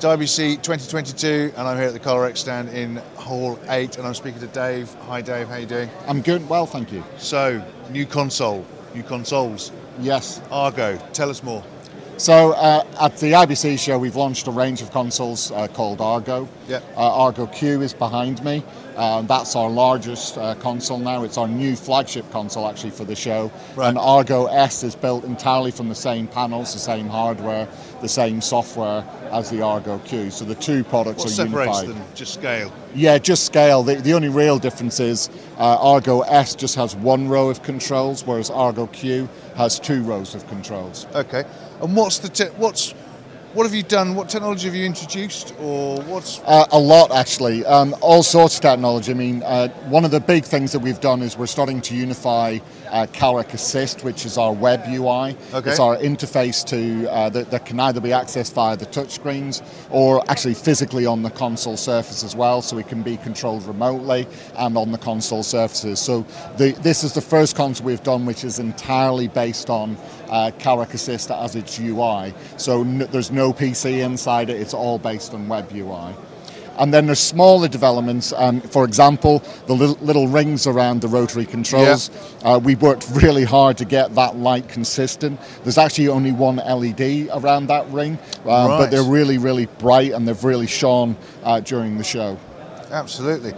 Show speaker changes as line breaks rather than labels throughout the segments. Derby C 2022, and I'm here at the Colorex stand in Hall 8, and I'm speaking to Dave. Hi, Dave. How you doing?
I'm good. Well, thank you.
So, new console, new consoles,
Yes.
Argo. Tell us more.
So uh, at the IBC show, we've launched a range of consoles uh, called Argo.
Yep.
Uh, Argo Q is behind me. Um, that's our largest uh, console now. It's our new flagship console actually for the show.
Right.
And Argo S is built entirely from the same panels, the same hardware, the same software as the Argo Q. So the two products
What
are
separates
unified.
them? Just scale.
Yeah, just scale. The, the only real difference is uh, Argo S just has one row of controls, whereas Argo Q has two rows of controls.
Okay. And what's the te- what's what have you done? What technology have you introduced, or what's
Uh, a lot, actually. Um, all sorts of technology. I mean, uh, one of the big things that we've done is we're starting to unify uh, Carrick Assist, which is our web UI.
Okay.
It's our interface to uh, that, that can either be accessed via the touchscreens or actually physically on the console surface as well, so it can be controlled remotely and on the console surfaces. So the, this is the first console we've done, which is entirely based on uh, Carrick Assist as its UI. So n- there's no PC inside it; it's all based on web UI. And then there's smaller developments. Um, for example, the little, little rings around the rotary controls. Uh, we worked really hard to get that light consistent. There's actually only one LED around that ring, um,
Right.
but they're really, really bright and they've really shone uh, during the show.
Absolutely,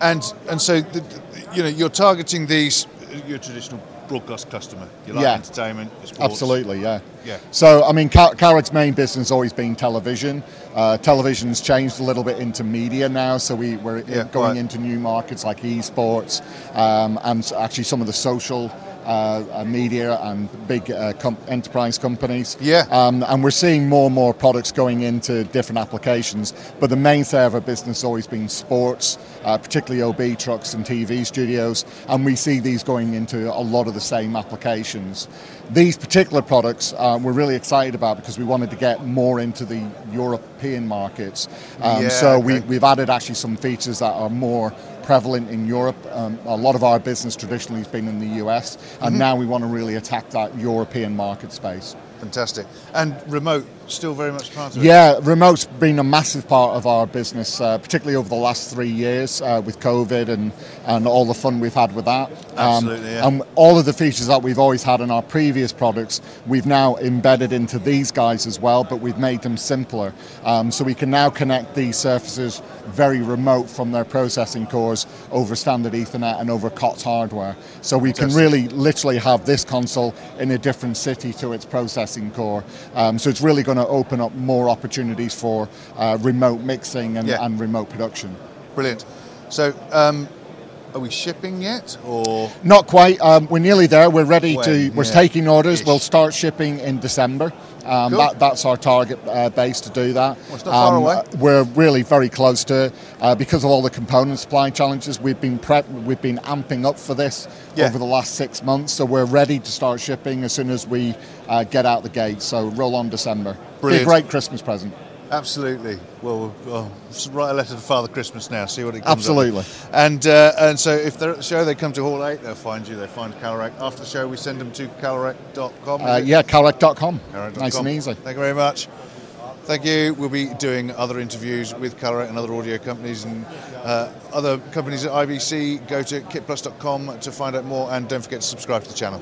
and and so the, the- you know you're targeting these your traditional broadcast customer. You like
Yeah.
entertainment, your sports.
Absolutely, yeah.
Yeah.
So, I mean, Car- Carrick's main business has always been television. Uh, television's changed a little bit into media now, so we, we're uh,
Yeah,
going
right.
into new markets like esports um, and actually some of the social. Uh, uh, media and big uh, com- enterprise companies.
Yeah.
Um, and we're seeing more and more products going into different applications. But the mainstay of our business has always been sports, uh, particularly OB trucks and TV studios. And we see these going into a lot of the same applications. These particular products uh, we're really excited about because we wanted to get more into the European markets. Um,
Yeah,
so we,
okay.
we've added actually some features that are more prevalent in Europe. Um, a lot of our business traditionally has been in the US, and
Mm-hmm.
now we want to really attack that European market space.
Fantastic, and remote still very much part of it.
Yeah, remote's been a massive part of our business, uh, particularly over the last three years uh, with COVID and, and all the fun we've had with that. Um,
Absolutely, yeah.
And all of the features that we've always had in our previous products, we've now embedded into these guys as well, but we've made them simpler. Um, so we can now connect these surfaces very remote from their processing cores over standard Ethernet and over COTS hardware. So we can
Fantastic.
really literally have this console in a different city to its processing core. Um, so it's really going to open up more opportunities for uh, remote mixing and,
Yeah.
and remote production.
Brilliant. So, um, are we shipping yet, or
Not quite. Um, we're nearly there. We're ready to.
When?
We're
Yeah.
taking orders.
Ish.
We'll start shipping in December. Um,
Cool.
that, that's our target uh, base to do that. Um,
Well, it's not far away.
We're really very close to it uh, because of all the component supply challenges. We've been prep. We've been amping up for this
Yeah.
over the last six months, so we're ready to start shipping as soon as we uh, get out the gate. So roll on December.
Brilliant.
Be a great Christmas present. Uh,
absolutely? Well, we'll, well, s- write a letter to Father Christmas now. See what it comes. up
Absolutely.
with. And uh, and so if they're at the show, they come to Hall Eight. They'll find you. They find Calorec. After the show, we send them to calorec.com.
Uh,
is it?
yeah, Carrick.com.
Carrot.com.
Nice and easy.
Thank you very much. Thank you. We'll be doing other interviews with Colourate and other audio companies and uh, other companies at IBC. Go to kitplus.com to find out more and don't forget to subscribe to the channel.